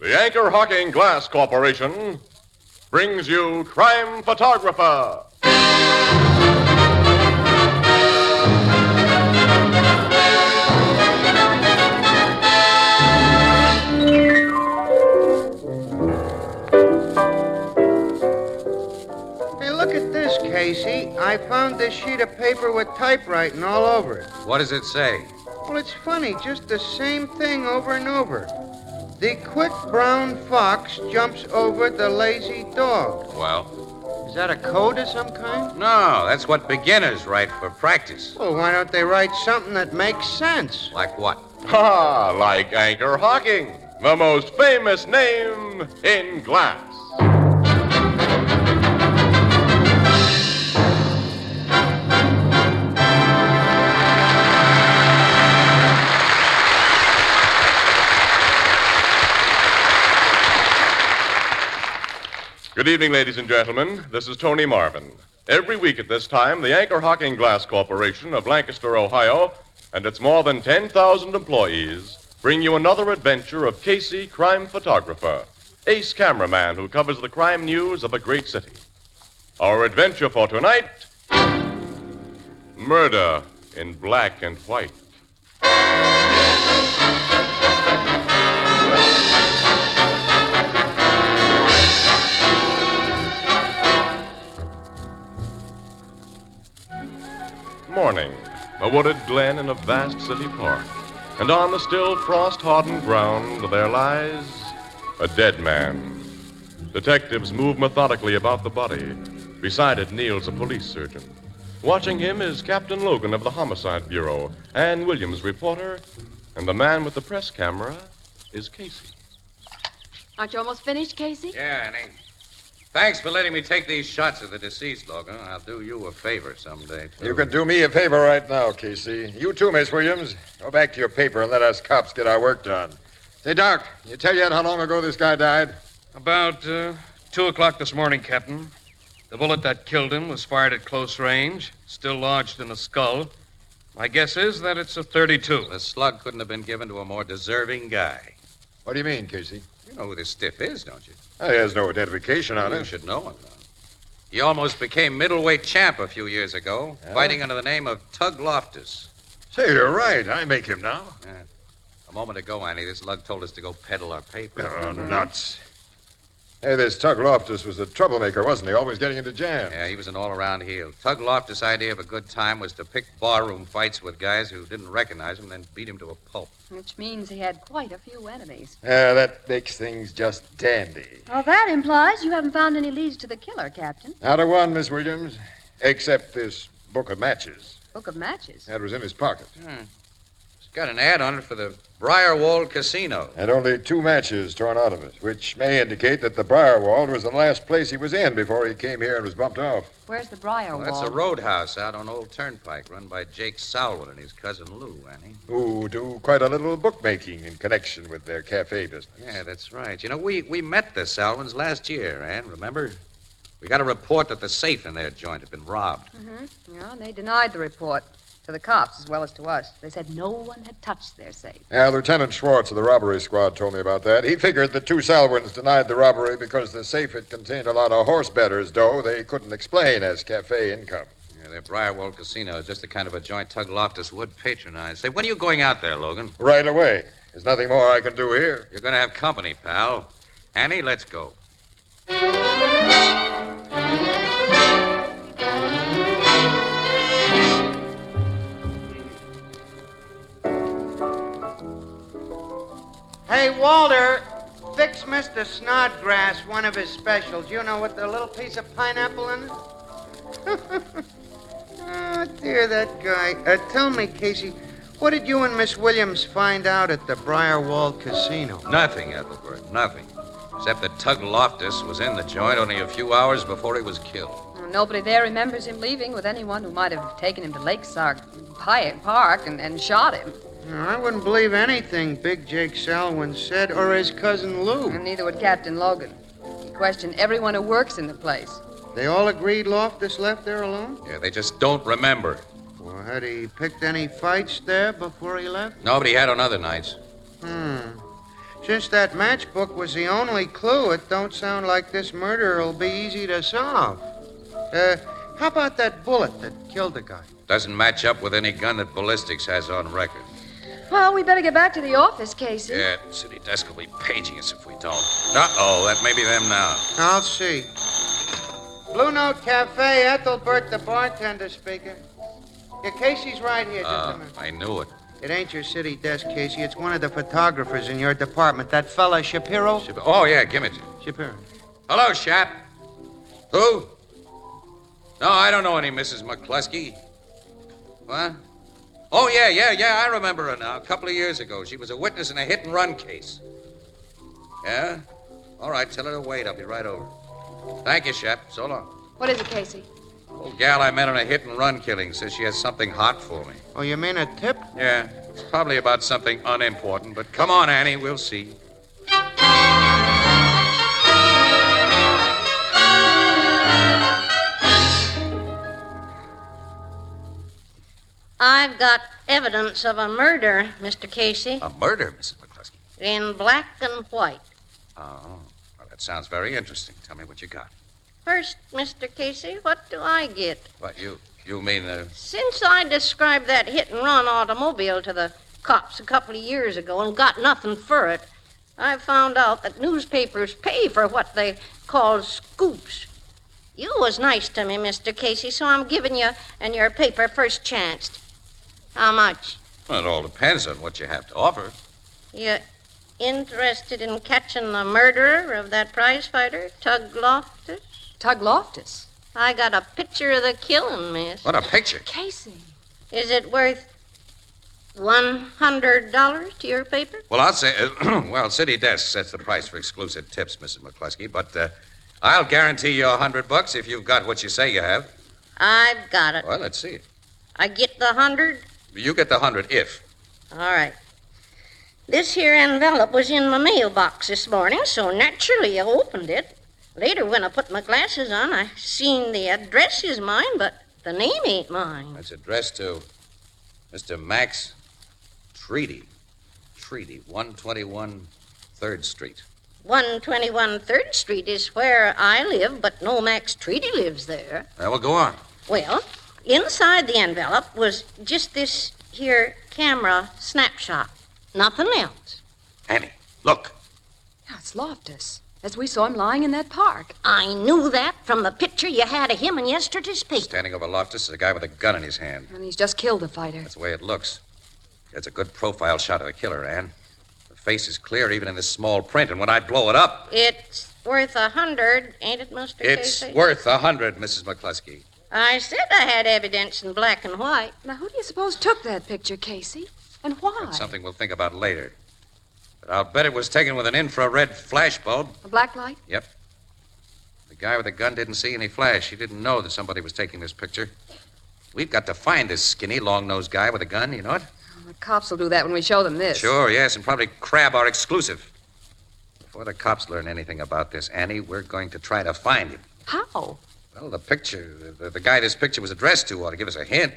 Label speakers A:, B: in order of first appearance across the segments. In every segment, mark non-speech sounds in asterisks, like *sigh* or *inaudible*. A: The Anchor Hawking Glass Corporation brings you Crime Photographer.
B: Hey, look at this, Casey. I found this sheet of paper with typewriting all over it.
C: What does it say?
B: Well, it's funny, just the same thing over and over. The quick brown fox jumps over the lazy dog.
C: Well,
B: Is that a code of some kind?
C: no, that's what beginners write for practice.
B: Well, why don't they write something that makes sense?
C: Like what?
A: Ah, like Anchor Hawking, the most famous name in glass. Good evening, ladies and gentlemen. This is Tony Marvin. Every week at this time, the Anchor Hawking Glass Corporation of Lancaster, Ohio, and its more than 10,000 employees bring you another adventure of Casey, crime photographer, ace cameraman who covers the crime news of a great city. Our adventure for tonight murder in black and white. Morning. A wooded glen in a vast city park. And on the still frost hardened ground there lies a dead man. Detectives move methodically about the body. Beside it kneels a police surgeon. Watching him is Captain Logan of the Homicide Bureau, Ann Williams, reporter, and the man with the press camera is Casey.
D: Aren't you almost finished, Casey?
C: Yeah, Annie. Thanks for letting me take these shots of the deceased, Logan. I'll do you a favor someday. too.
E: You can do me a favor right now, Casey. You too, Miss Williams. Go back to your paper and let us cops get our work done. Say, Doc, you tell yet how long ago this guy died?
F: About uh, two o'clock this morning, Captain. The bullet that killed him was fired at close range, still lodged in the skull. My guess is that it's a 32.
C: The slug couldn't have been given to a more deserving guy.
E: What do you mean, Casey?
C: You know who this stiff is, don't you?
E: Oh, He has no identification on
C: You
E: him.
C: should know him. Though. He almost became middleweight champ a few years ago,
E: Yeah?
C: fighting under the name of Tug Loftus.
E: Say, you're right. I make him now.
C: A moment ago, Annie, this lug told us to go peddle our paper.
E: Oh, nuts. Hey, this Tug Loftus was a troublemaker, wasn't he? Always getting into jam.
C: Yeah, he was an all-around heel. Tug Loftus' idea of a good time was to pick barroom fights with guys who didn't recognize him, then beat him to a pulp.
D: Which means he had quite a few enemies.
E: Yeah, that makes things just dandy.
D: Well, that implies you haven't found any leads to the killer, Captain.
E: Out of one, Miss Williams, except this book of matches
D: Book of matches.
E: that was in his pocket.
C: He's got an ad on it for the Briarwald Casino.
E: and only two matches torn out of it, which may indicate that the Briarwald was the last place he was in before he came here and was bumped off.
D: Where's the briar
C: Well,
D: wall?
C: that's a roadhouse out on Old Turnpike, run by Jake Salwin and his cousin Lou, Annie.
E: Who do quite a little bookmaking in connection with their cafe business.
C: Yeah, that's right. You know, we, we met the Salwins last year, Ann, remember? We got a report that the safe in their joint had been robbed.
D: Yeah, and they denied the report to the cops as well as to us. They said no one had touched their safe.
E: Yeah, Lieutenant Schwartz of the robbery squad told me about that. He figured the two Salwins denied the robbery because the safe had contained a lot of horse betters, dough they couldn't explain as cafe income.
C: Yeah, their Briarwald Casino is just the kind of a joint Tug Loftus would patronize. Say, when are you going out there, Logan?
E: Right away. There's nothing more I can do here.
C: You're going to have company, pal. Annie, let's go.
B: Hey, Walter, fix Mr. Snodgrass one of his specials. You know, with the little piece of pineapple in it. *laughs* oh, dear, that guy. Uh, tell me, Casey, what did you and Miss Williams find out at the Briarwald Casino?
C: Nothing, Ethelbert, nothing. Except that Tug Loftus was in the joint only a few hours before he was killed.
D: Well, Nobody there remembers him leaving with anyone who might have taken him to Lake Sark Pi- Park and, and shot him.
B: Now, I wouldn't believe anything Big Jake Salwin said or his cousin Lou.
D: And neither would Captain Logan. He questioned everyone who works in the place.
B: They all agreed Loftus left there alone?
C: Yeah, they just don't remember.
B: Well, had he picked any fights there before he left?
C: Nobody had on other nights.
B: Hmm. Since that matchbook was the only clue, it don't sound like this murder will be easy to solve. Uh, how about that bullet that killed the guy?
C: Doesn't match up with any gun that ballistics has on record.
D: Well, we better get back to the office, Casey.
C: Yeah, city desk will be paging us if we don't. Uh-oh, that may be them now.
B: I'll see. Blue Note Cafe, Ethelbert, the bartender speaking. Yeah, Casey's right here. Just a
C: Uh,
B: minute.
C: I knew it.
B: It ain't your city desk, Casey. It's one of the photographers in your department. That fella Shapiro.
C: Shap- Oh, yeah, give it.
B: Shapiro.
C: Hello, Shap. Who? No, I don't know any Mrs. McCluskey. What? Oh, yeah, yeah, yeah, I remember her now. A couple of years ago, she was a witness in a hit and run case. Yeah? All right, tell her to wait. I'll be right over. Thank you, Shap. So long.
D: What is it, Casey?
C: Old gal I met on a hit and run killing says she has something hot for me.
B: Oh, you mean a tip?
C: Yeah, it's probably about something unimportant, but come on, Annie, we'll see.
G: I've got evidence of a murder, Mr. Casey,
C: A murder, Mrs. McCluskey.
G: in black and white.
C: Oh, well, that sounds very interesting. Tell me what you got.
G: First, Mr. Casey, what do I get?
C: What, you, you mean uh, the
G: Since I described that hit and run automobile to the cops a couple of years ago and got nothing for it, I found out that newspapers pay for what they call scoops. You was nice to me, Mr. Casey, so I'm giving you and your paper first chance. How much?
C: Well, it all depends on what you have to offer.
G: You interested in catching the murderer of that prize fighter, Tug Loftus?
D: Tug Loftus.
G: I got a picture of the killing, miss.
C: What a picture.
D: Casey.
G: Is it worth $100 to your paper?
C: Well, I'll say, uh, *clears throat* well, City Desk sets the price for exclusive tips, Mrs. McCluskey, but uh, I'll guarantee you a hundred bucks if you've got what you say you have.
G: I've got it.
C: Well, let's see.
G: I get the hundred?
C: You get the hundred if.
G: All right. This here envelope was in my mailbox this morning, so naturally I opened it. Later, when I put my glasses on, I seen the address is mine, but the name ain't mine.
C: It's addressed to Mr. Max Treaty. Treaty, 121 3rd Street.
G: 121 3rd Street is where I live, but no Max Treaty lives there.
C: Now, well, go on.
G: Well, inside the envelope was just this here camera snapshot. Nothing else.
C: Annie, look.
D: Yeah, it's Loftus. As we saw him lying in that park.
G: I knew that from the picture you had of him in yesterday's paper.
C: Standing over Loftus is a guy with a gun in his hand.
D: And he's just killed a fighter.
C: That's the way it looks. That's a good profile shot of the killer, Ann. The face is clear even in this small print, and when I blow it up,
G: It's worth a hundred, ain't it, Mr.
C: it's
G: Casey?
C: worth a hundred, Mrs. McCluskey.
G: I said I had evidence in black and white.
D: Now, who do you suppose took that picture, Casey? And why?
C: That's something we'll think about later. But I'll bet it was taken with an infrared flashbulb.
D: A black light?
C: The guy with the gun didn't see any flash. He didn't know that somebody was taking this picture. We've got to find this skinny, long-nosed guy with a gun, you know it?
D: Well, the cops will do that when we show them this.
C: Sure, yes, and probably crab our exclusive. Before the cops learn anything about this, Annie, we're going to try to find him.
D: How?
C: Well, the picture, the, the guy this picture was addressed to ought to give us a hint.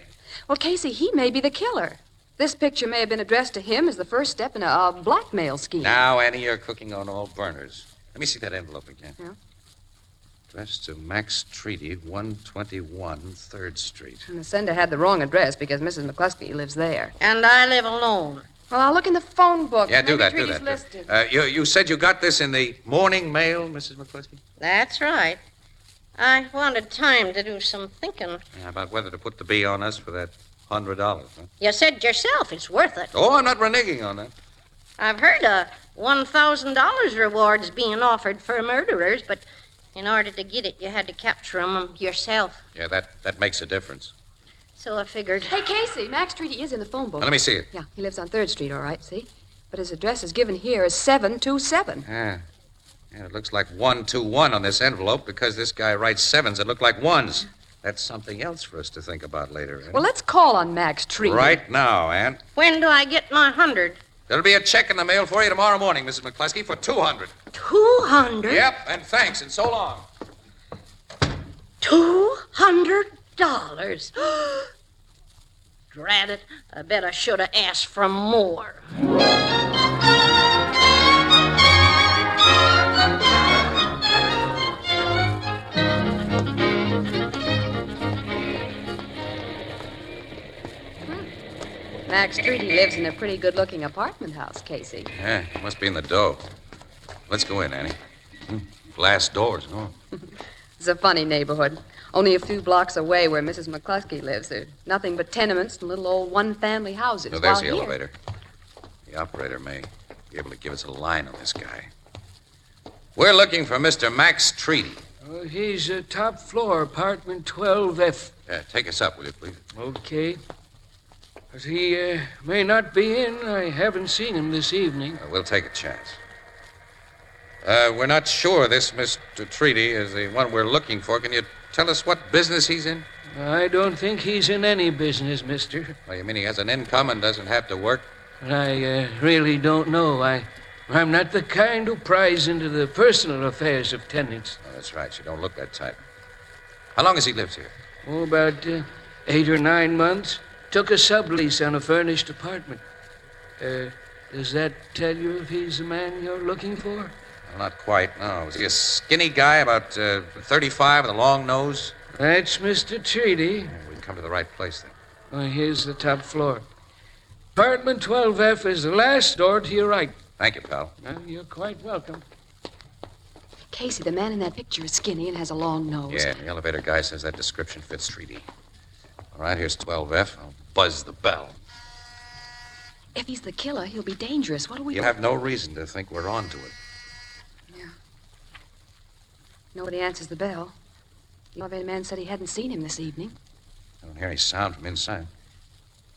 D: Well, Casey, he may be the killer. This picture may have been addressed to him as the first step in a, uh, blackmail scheme.
C: Now, Annie, you're cooking on all burners. Let me see that envelope again.
D: Yeah.
C: Addressed to Max Treaty, 121 3rd Street.
D: And the sender had the wrong address because Mrs. McCluskey lives there.
G: And I live alone.
D: Well, I'll look in the phone book.
C: Yeah,
D: Maybe
C: do that, do
D: Treaty's
C: that.
D: listed.
C: Uh, you, you said you got this in the morning mail, Mrs. McCluskey?
G: That's right. I wanted time to do some thinking.
C: Yeah, about whether to put the bee on us for that $100, huh?
G: You said yourself it's worth it.
C: Oh, I'm not reneging on that.
G: I've heard of $1,000 rewards being offered for murderers, but in order to get it, you had to capture 'em yourself.
C: Yeah, that, that makes a difference.
G: So I figured.
D: Hey, Casey, Max Treaty is in the phone book.
C: Now, let me see it.
D: Yeah, he lives on 3rd Street, all right, see? But his address is given here as 727.
C: Yeah. Ah. Yeah, it looks like 121 on this envelope because this guy writes sevens that look like ones. That's something else for us to think about later. Annie.
D: Well, let's call on Max Treaty.
C: Right now, Ann.
G: When do I get my hundred?
C: There'll be a check in the mail for you tomorrow morning, Mrs. McCluskey, for 200.
G: Two hundred?
C: Yep, and thanks, and so long.
G: Two hundred dollars. *gasps* Drat it. I bet I should have asked for more.
D: Max Treaty lives in a pretty good looking apartment house, Casey.
C: Yeah, it must be in the dough. Let's go in, Annie. Hmm, Glass doors, no?
D: It's a funny neighborhood. Only a few blocks away where Mrs. McCluskey lives, there's nothing but tenements and little old one family houses.
C: No, Oh,
D: while
C: there's the
D: here-
C: elevator. The operator may be able to give us a line on this guy. We're looking for Mr. Max Treaty.
H: Uh, he's uh, top floor, apartment 12F.
C: Yeah, Uh, take us up, will you, please?
H: Okay. As he uh, may not be in, I haven't seen him this evening.
C: Uh, we'll take a chance. Uh, we're not sure this Mr. Treaty is the one we're looking for. Can you tell us what business he's in?
H: I don't think he's in any business, mister.
C: Well, you mean he has an income and doesn't have to work?
H: But I uh, really don't know. I, I'm not the kind who pries into the personal affairs of tenants.
C: Oh, that's right. You don't look that type. How long has he lived here?
H: Oh, about uh, eight or nine months. Took a sublease on a furnished apartment. Uh, does that tell you if he's the man you're looking for?
C: Well, not quite, no. Was he a skinny guy, about uh, 35, with a long nose?
H: That's Mr. Treaty.
C: Yeah, we've come to the right place, then.
H: Oh, here's the top floor. Apartment 12F is the last door to your right.
C: Thank you, pal.
H: Well, you're quite welcome.
D: Casey, the man in that picture is skinny and has a long nose.
C: Yeah, the elevator guy says that description fits Treaty. All right, here's 12F. I'll buzz the bell.
D: If he's the killer, he'll be dangerous. What do we
C: You
D: do?
C: have no reason to think we're on to it.
D: Nobody answers the bell. The elevator man said he hadn't seen him this evening.
C: *gasps* I don't hear any sound from inside.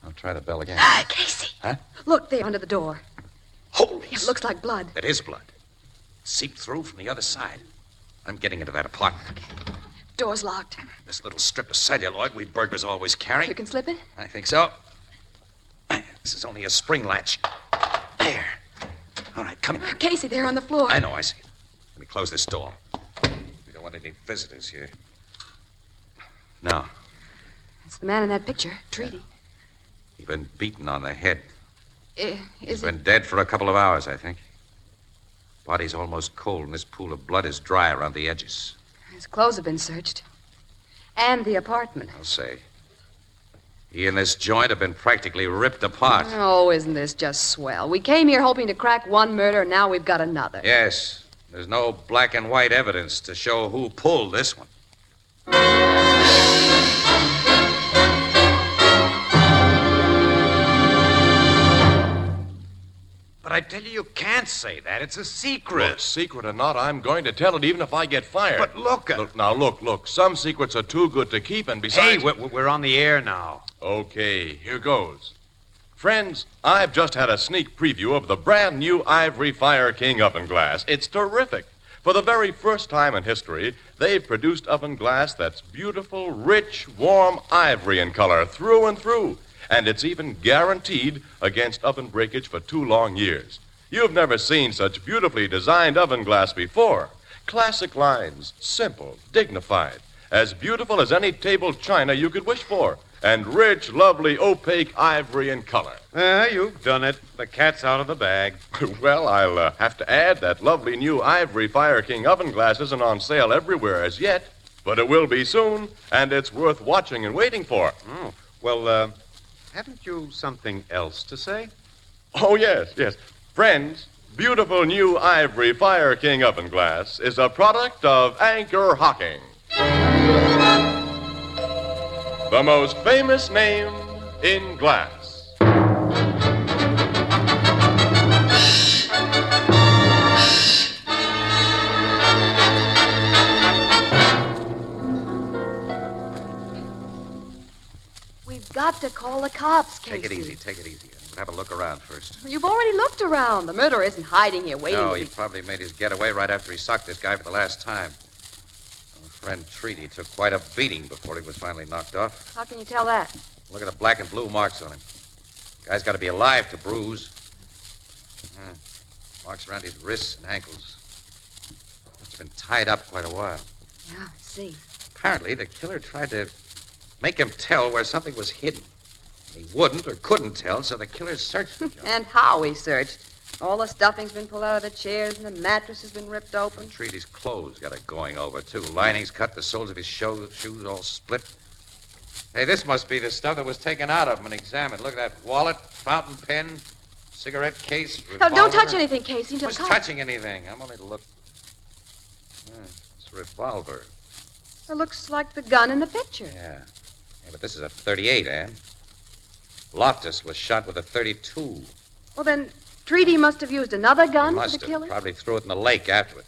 C: I'll try the bell again.
D: Ah, Casey!
C: Huh?
D: Look there under the door.
C: Holy!
D: It looks like blood.
C: That is blood. Seeped through from the other side. I'm getting into that apartment.
D: Door's locked.
C: This little strip of celluloid we burglars always
D: You
C: carry.
D: can slip it?
C: I think so. This is only a spring latch. There. All right, come here.
D: Casey, there on the floor.
C: I know, I see it. Let me close this door. We don't want any visitors here. No,
D: It's the man in that picture, Treaty.
C: he's been beaten on the head.
D: Eh,
C: He's
D: Is it?
C: been dead for a couple of hours, I think. Body's almost cold, and this pool of blood is dry around the edges.
D: His clothes have been searched. And the apartment.
C: I'll say. He and this joint have been practically ripped apart.
D: Oh, isn't this just swell? We came here hoping to crack one murder, and now we've got another.
C: Yes, there's no black and white evidence to show who pulled this one.
I: But I tell you, you can't say that. It's a
A: Look,
I: secret.
A: secret or not, I'm going to tell it even if I get fired.
I: But look at-
A: Look, now, look, look. Some secrets are too good to keep, and
I: Hey,
A: besides.
I: we're, we're on the air now.
A: Okay, here goes. Friends, I've just had a sneak preview of the brand new Ivory Fire King oven glass. It's terrific. For the very first time in history, they've produced oven glass that's beautiful, rich, warm ivory in color through and through. And it's even guaranteed against oven breakage for two long years. You've never seen such beautifully designed oven glass before. Classic lines, simple, dignified, as beautiful as any table china you could wish for, and rich, lovely, opaque ivory in color.
I: Eh, you've done it. The cat's out of the bag.
A: *laughs* well, I'll uh, have to add that lovely new Ivory Fire King oven glass isn't on sale everywhere as yet, but it will be soon, and it's worth watching and waiting for.
I: Well, uh, haven't you something else to say?
A: Oh, yes, yes. Friends, beautiful new Ivory Fire King oven glass is a product of Anchor Hocking. The most famous name in glass.
D: We've got to call the cops, Casey.
C: Take it easy, take it easy. We'll have a look around first.
D: You've already looked around. The murderer isn't hiding here waiting
C: No,
D: to
C: he
D: be.
C: probably made his getaway right after he socked this guy for the last time. Our friend Treaty took quite a beating before he was finally knocked off.
D: How can you tell that?
C: Look at the black and blue marks on him. Guy's got to be alive to bruise. Hmm. Marks around his wrists and ankles. Must have been tied up quite a while.
D: Yeah, I see.
C: Apparently, the killer tried to make him tell where something was hidden. He wouldn't or couldn't tell, so the killer searched the joint.
D: And how he searched. All the stuffing's been pulled out of the chairs, and the mattress has been ripped open.
C: Treaty's clothes got it going over, too. Linings cut, the soles of his sho- shoes all split. Hey, this must be the stuff that was taken out of him and examined. Look at that wallet, fountain pen, cigarette case.
D: Oh, don't
C: revolver.
D: touch anything, Casey, until
C: Who's
D: caught.
C: touching anything? I'm only to look. Hmm, it's a revolver.
D: It looks like the gun in the picture.
C: Yeah. Yeah, but this is a 38, eh? Loftus was shot with a 32.
D: Well, then, Treaty must have used another gun for
C: Must
D: the
C: have.
D: killing.
C: Probably threw it in the lake afterward.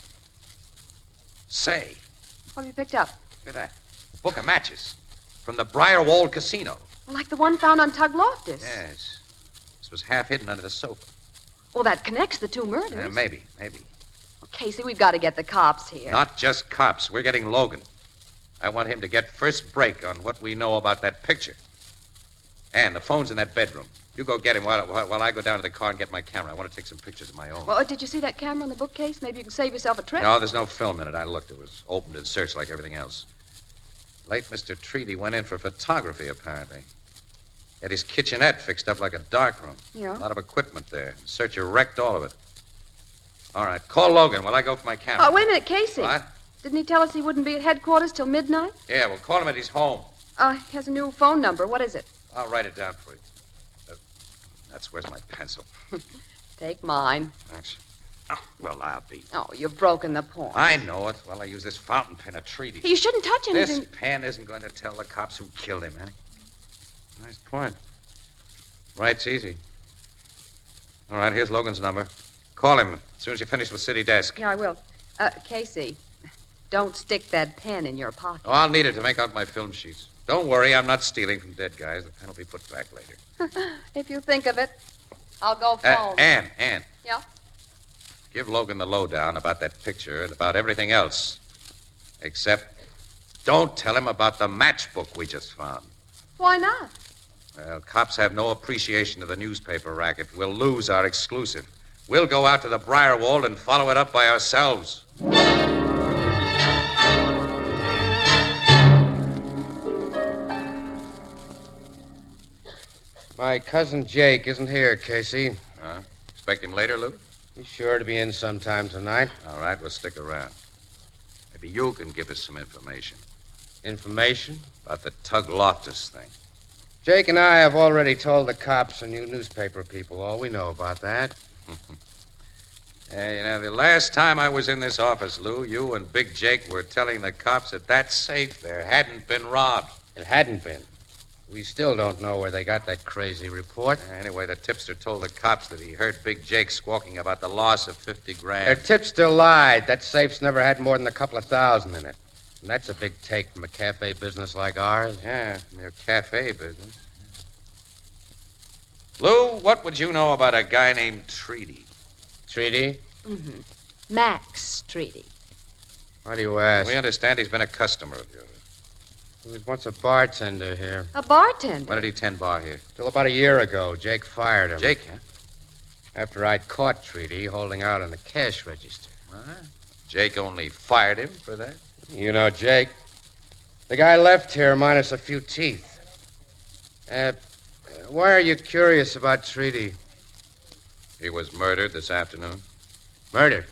C: Say,
D: What have you picked up?
C: look at that. Book of matches from the Briarwald Casino.
D: Like the one found on Tug Loftus.
C: Yes. This was half hidden under the sofa.
D: Well, that connects the two murders.
C: Yeah, maybe, maybe.
D: Casey, we've got to get the cops here.
C: Not just cops. We're getting Logan. I want him to get first break on what we know about that picture. And the phone's in that bedroom. You go get him while, while, while I go down to the car and get my camera. I want to take some pictures of my own.
D: Well, uh, did you see that camera on the bookcase? Maybe you can save yourself a trip.
C: No, there's no film in it. I looked. It was opened and searched like everything else. Late Mr. Treaty went in for photography, apparently. Had his kitchenette fixed up like a darkroom. A
D: Yeah.
C: lot of equipment there. Searcher wrecked all of it. All right, call Logan while I go for my camera.
D: Oh, wait a minute, Casey.
C: What?
D: Didn't he tell us he wouldn't be at headquarters till midnight?
C: Yeah, well, call him at his home.
D: Uh, he has a new phone number. What is it?
C: I'll write it down for you. Uh, that's where's my pencil.
D: Take mine.
C: Thanks. Oh, well, I'll be.
D: Oh, you've broken the point.
C: I know it. Well, I use this fountain pen, a treaty.
D: You shouldn't touch anything.
C: This pen isn't going to tell the cops who killed him, eh? Nice point. Right's easy. All right, here's Logan's number. Call him as soon as you finish with City Desk.
D: Yeah, I will. Uh, Casey, don't stick that pen in your pocket.
C: Oh, I'll need it to make out my film sheets. Don't worry, I'm not stealing from dead guys. The pen will be put back later.
D: If you think of it, I'll go
C: Uh,
D: phone.
C: Ann, Ann.
D: Yeah?
C: Give Logan the lowdown about that picture and about everything else. Except, don't tell him about the matchbook we just found.
D: Why not?
C: Well, cops have no appreciation of the newspaper racket. We'll lose our exclusive. We'll go out to the Briarwald and follow it up by ourselves.
J: My cousin Jake isn't here, Casey.
C: Huh? Expect him later, Lou?
J: He's sure to be in sometime tonight.
C: All right, we'll stick around. Maybe you can give us some information
J: Information?
C: about the Tug Loftus thing.
J: Jake and I have already told the cops and you newspaper people all we know about that.
C: Yeah, you know, the last time I was in this office, Lou, you and Big Jake were telling the cops that that safe there hadn't been robbed.
J: It hadn't been. We still don't know where they got that crazy report.
C: Uh, Anyway, the tipster told the cops that he heard Big Jake squawking about the loss of 50
J: Their
C: grand.
J: tipster lied. That safe's never had more than a couple of thousand in it. And that's a big take from a cafe business like ours.
C: Yeah, from your cafe business. Lou, what would you know about a guy named Treaty?
J: Treaty?
D: Mm-hmm. Max Treaty.
J: Why do you ask?
C: We understand he's been a customer of yours.
J: He was once a bartender here.
D: A bartender.
C: When did he tend bar here?
J: Till about a year ago, Jake fired him.
C: Jake, huh?
J: After I'd caught Treaty holding out on the cash register.
C: Huh? Jake only fired him for that?
J: You know, Jake. The guy left here minus a few teeth. Uh, why are you curious about Treaty?
C: He was murdered this afternoon.
J: Murder.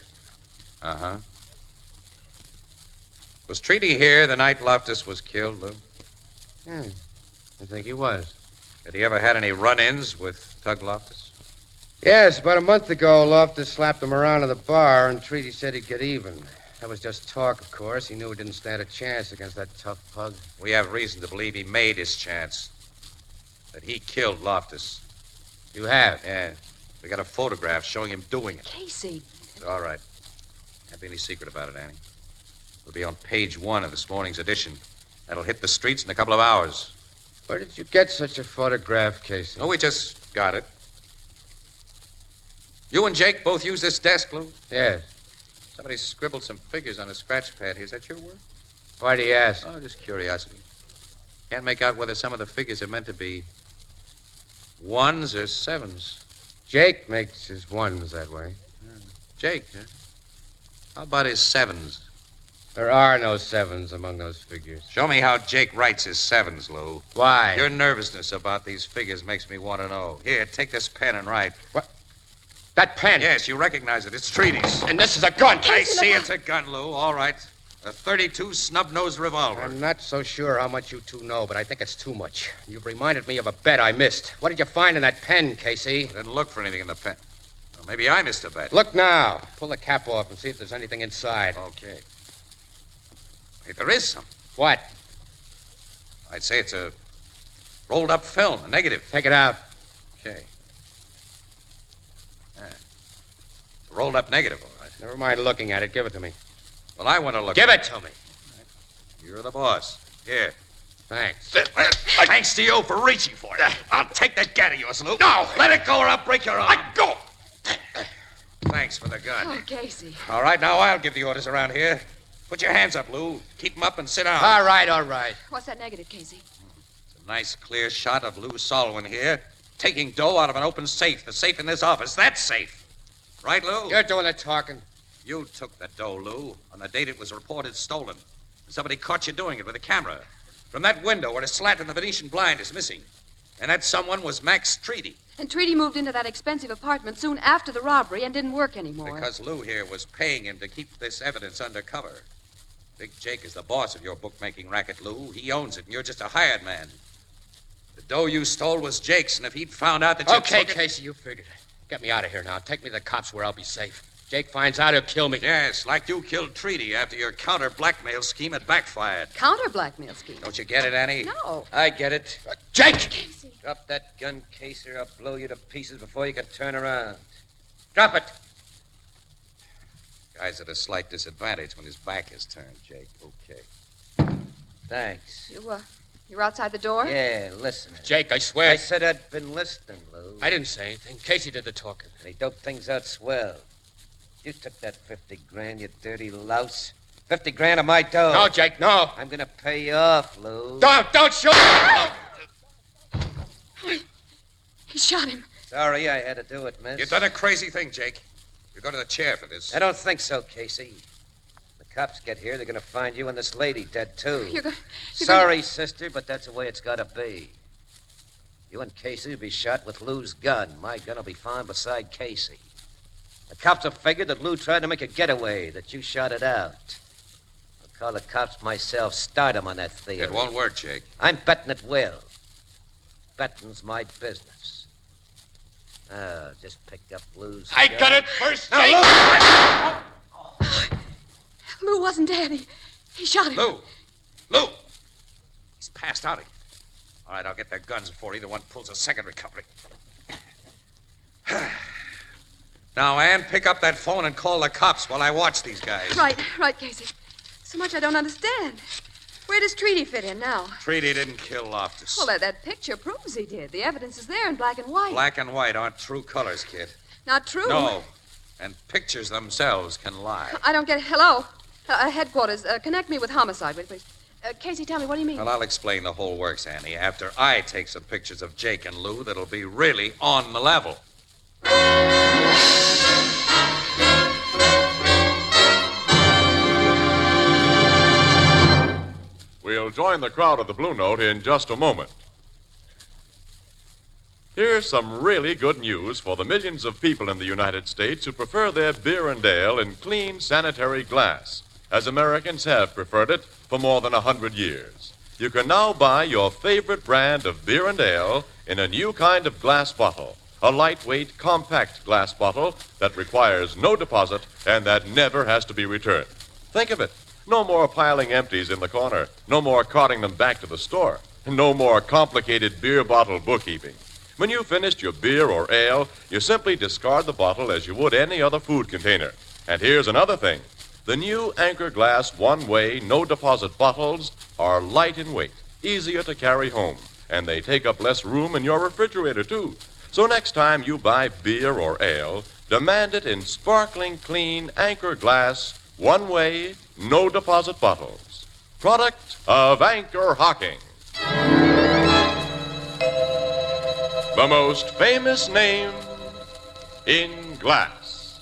C: Uh huh. Was Treaty here the night Loftus was killed, Lou?
J: Hmm. I think he was.
C: Had he ever had any run ins with Tug Loftus?
J: Yes, about a month ago, Loftus slapped him around at the bar, and Treaty said he'd get even. That was just talk, of course. He knew he didn't stand a chance against that tough pug.
C: We have reason to believe he made his chance. That he killed Loftus.
J: You have.
C: Yeah. We got a photograph showing him doing it.
D: Casey.
C: All right. Can't be any secret about it, Annie. It'll be on page one of this morning's edition. That'll hit the streets in a couple of hours.
J: Where did you get such a photograph, Casey?
C: No, Oh, we just got it. You and Jake both use this desk, Lou.
J: Yes.
C: Somebody scribbled some figures on a scratch pad here. Is that your work?
J: Why do you ask?
C: Oh, just curiosity. Can't make out whether some of the figures are meant to be ones or sevens.
J: Jake makes his ones that way.
C: Jake, huh? How about his sevens?
J: There are no sevens among those figures.
C: Show me how Jake writes his sevens, Lou.
J: Why?
C: Your nervousness about these figures makes me want to know. Here, take this pen and write.
J: That pen.
C: Yes, you recognize it. It's treaties.
J: And this is a gun.
C: I see it's a gun, Lou. All right. A 32 snub-nosed revolver.
J: I'm not so sure how much you two know, but I think it's too much. You've reminded me of a bet I missed. What did you find in that pen, Casey?
C: Didn't look for anything in the pen. Well, maybe I missed a bet.
J: Look now. Pull the cap off and see if there's anything inside.
C: Okay. Hey, there is some.
J: What?
C: I'd say it's a rolled up film, a negative.
J: Take it out.
C: Okay. Ah. Rolled up negative, all right.
J: Never mind looking at it. Give it to me.
C: Well, I want to look.
J: Give
C: at
J: it to me.
C: You're the boss. Here.
J: Thanks.
C: Thanks to you for reaching for it. I'll take that gun of yours, Lou. No! Let it go or I'll break your arm. I go! Thanks for the gun.
D: Oh, Casey.
C: All right, now I'll give the orders around here. Put your hands up, Lou. Keep them up and sit down.
J: All right, all right.
D: What's that negative, Casey?
C: Nice clear shot of Lou Solwyn here, taking dough out of an open safe, the safe in this office. That safe. Right, Lou?
J: You're doing the talking.
C: You took the dough, Lou, on the date it was reported stolen. Somebody caught you doing it with a camera. From that window where a slat in the Venetian blind is missing. And that someone was Max Treaty,
D: And Treaty moved into that expensive apartment soon after the robbery and didn't work anymore.
C: because Lou here was paying him to keep this evidence under cover. Big Jake is the boss of your bookmaking racket, Lou. He owns it, and you're just a hired man. The dough you stole was Jake's, and if he'd found out that you
J: Okay,
C: took it-
J: Casey, you figured it. Get me out of here now. Take me to the cops where I'll be safe. Jake finds out, he'll kill me.
C: Yes, like you killed Treaty after your counter blackmail scheme had backfired.
D: Counter blackmail scheme.
C: Don't you get it, Annie?
D: No.
K: I get it.
J: Uh, Jake!
K: Drop that gun, Case, or I'll blow you to pieces before you can turn around. Drop it.
C: Guy's at a slight disadvantage when his back is turned, Jake. Okay.
K: Thanks.
D: You, uh, you're outside the door?
K: Yeah, listen.
J: Jake, I swear.
K: I said I'd been listening, Lou.
J: I didn't say anything. Casey did the talking.
K: And he doped things out swell. You took that 50 grand, you dirty louse. 50 grand of my dough.
J: No, Jake, no.
K: I'm gonna pay you off, Lou.
J: Don't, don't shoot.
D: He shot him.
K: Sorry I had to do it, miss.
C: You've done a crazy thing, Jake. You go to the chair for this.
K: I don't think so, Casey. The cops get here, they're gonna find you and this lady dead, too.
D: You're going
K: Sorry, sister, but that's the way it's gotta be. You and Casey will be shot with Lou's gun. My gun will be found beside Casey. The cops have figured that Lou tried to make a getaway, that you shot it out. I'll call the cops myself, start 'em on that theory.
C: It won't work, Jake.
K: I'm betting it will. Betting's my business. Oh, just pick up Lou's.
J: I
K: gun.
J: got it first,
K: Now,
J: Jake.
K: Lou!
D: Lou wasn't dead. He, he shot him.
C: Lou! Lou! He's passed out again. All right, I'll get their guns before either one pulls a second recovery. *sighs* now, Ann, pick up that phone and call the cops while I watch these guys.
D: Right, right, Casey. So much I don't understand. Where does Treaty fit in now?
C: Treaty didn't kill Loftus.
D: Well, that, that picture proves he did. The evidence is there in black and white.
C: Black and white aren't true colors, kid.
D: Not true.
C: No. And pictures themselves can lie.
D: I don't get it. Hello? Uh, Uh, headquarters, uh, connect me with homicide, will you please. Uh, Casey, tell me, what do you mean?
C: Well, I'll explain the whole works, Annie, after I take some pictures of Jake and Lou that'll be really on the level.
A: We'll join the crowd at the Blue Note in just a moment. Here's some really good news for the millions of people in the United States who prefer their beer and ale in clean, sanitary glass, as Americans have preferred it for more than a 100 years. You can now buy your favorite brand of beer and ale in a new kind of glass bottle, a lightweight, compact glass bottle that requires no deposit and that never has to be returned. Think of it. No more piling empties in the corner. No more carting them back to the store. No more complicated beer bottle bookkeeping. When you've finished your beer or ale, you simply discard the bottle as you would any other food container. And here's another thing the new Anchor Glass one way, no deposit bottles are light in weight, easier to carry home, and they take up less room in your refrigerator, too. So next time you buy beer or ale, demand it in sparkling clean Anchor Glass one way, no deposit bottles. Product of Anchor Hocking. The most famous name in glass.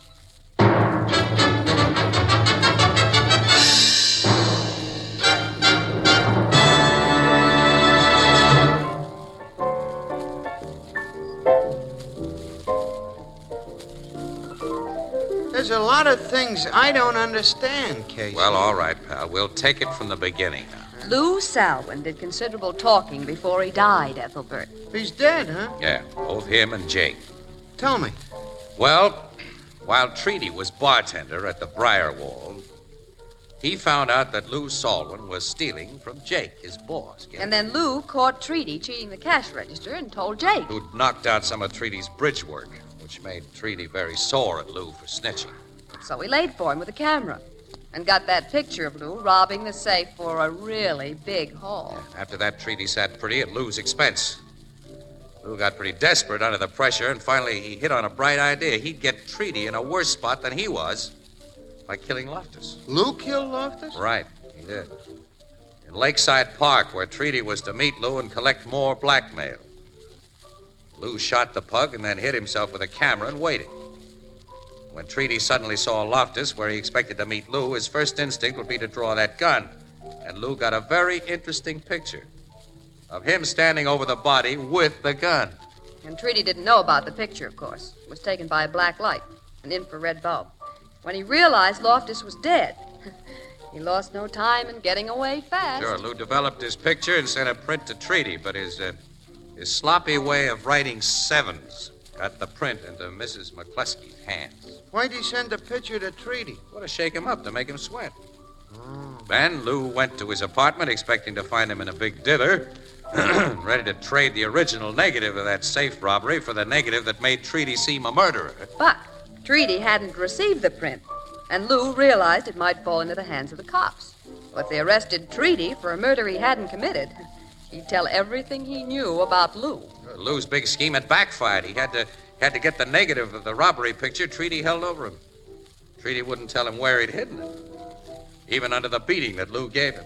B: There's a lot lot of things I don't understand, Casey.
C: Well, all right, pal. We'll take it from the beginning.
D: Lou Salwin did considerable talking before he died, Ethelbert.
B: He's dead, huh?
C: Yeah, both him and Jake.
B: Tell me.
C: Well, while Treaty was bartender at the Briarwall, he found out that Lou Salwin was stealing from Jake, his boss,
D: And then Lou caught Treaty cheating the cash register and told Jake.
C: who'd knocked out some of Treaty's bridge work, which made Treaty very sore at Lou for snitching.
D: So he laid for him with a camera and got that picture of Lou robbing the safe for a really big haul.
C: After that, Treaty sat pretty at Lou's expense. Lou got pretty desperate under the pressure, and finally he hit on a bright idea. He'd get Treaty in a worse spot than he was by killing Loftus.
B: Lou killed Loftus?
C: Right, he did. In Lakeside Park, where Treaty was to meet Lou and collect more blackmail. Lou shot the pug and then hit himself with a camera and waited. When Treaty suddenly saw Loftus, where he expected to meet Lou, his first instinct would be to draw that gun. And Lou got a very interesting picture of him standing over the body with the gun.
D: And Treaty didn't know about the picture, of course. It was taken by a black light, an infrared bulb. When he realized Loftus was dead, *laughs* he lost no time in getting away fast.
C: Sure, Lou developed his picture and sent a print to Treaty, but his uh, his sloppy way of writing sevens got the print into Mrs. McCluskey's hands.
B: Why'd he send a picture to Treaty?
C: What to shake him up, to make him sweat. Then Lou went to his apartment, expecting to find him in a big dither, *clears throat* ready to trade the original negative of that safe robbery for the negative that made Treaty seem a murderer.
D: But Treaty hadn't received the print, and Lou realized it might fall into the hands of the cops. Well, if they arrested Treaty for a murder he hadn't committed, he'd tell everything he knew about Lou.
C: Lou's big scheme had backfired. He had to had to get the negative of the robbery picture Treaty held over him. Treaty wouldn't tell him where he'd hidden it, even under the beating that Lou gave him.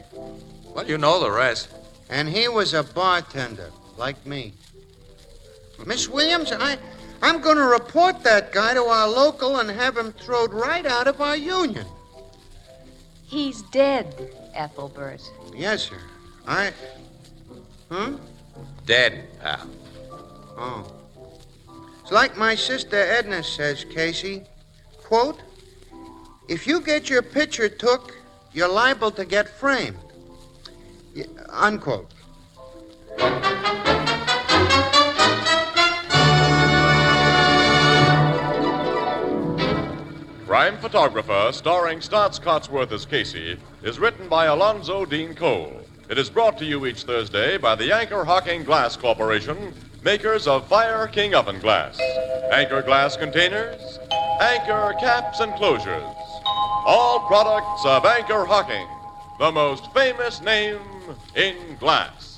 C: Well, you know the rest.
B: And he was a bartender, like me. Miss Williams, I, I'm going to report that guy to our local and have him throwed right out of our union.
D: He's dead, Ethelbert.
B: Yes, sir. I. Hmm?
C: Dead, pal.
B: Oh. It's like my sister Edna says, Casey. Quote If you get your picture took, you're liable to get framed. Y- unquote.
A: Crime Photographer, starring Stotts Cotsworth as Casey, is written by Alonzo Dean Cole. It is brought to you each Thursday by the Anchor Hawking Glass Corporation, makers of Fire King Oven Glass, Anchor Glass Containers, Anchor Caps and Closures. All products of Anchor Hawking, the most famous name in glass.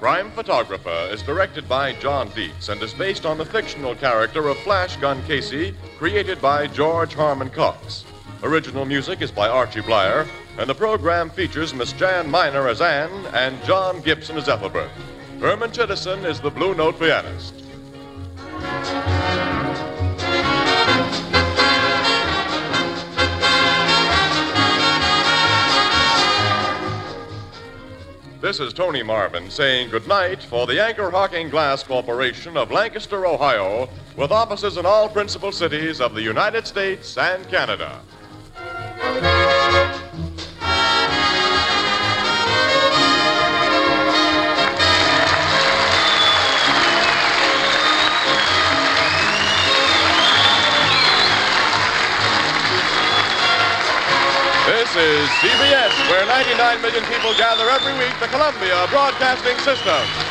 A: Crime Photographer is directed by John Dietz and is based on the fictional character of Flash Gun Casey, created by George Harmon Cox. Original music is by Archie Blyer, and the program features Miss Jan Miner as Anne and John Gibson as Ethelbert. Herman Chittison is the Blue Note pianist. This is Tony Marvin saying goodnight for the Anchor Hawking Glass Corporation of Lancaster, Ohio, with offices in all principal cities of the United States and Canada. This is CBS, where 99 million people gather every week, the Columbia Broadcasting System.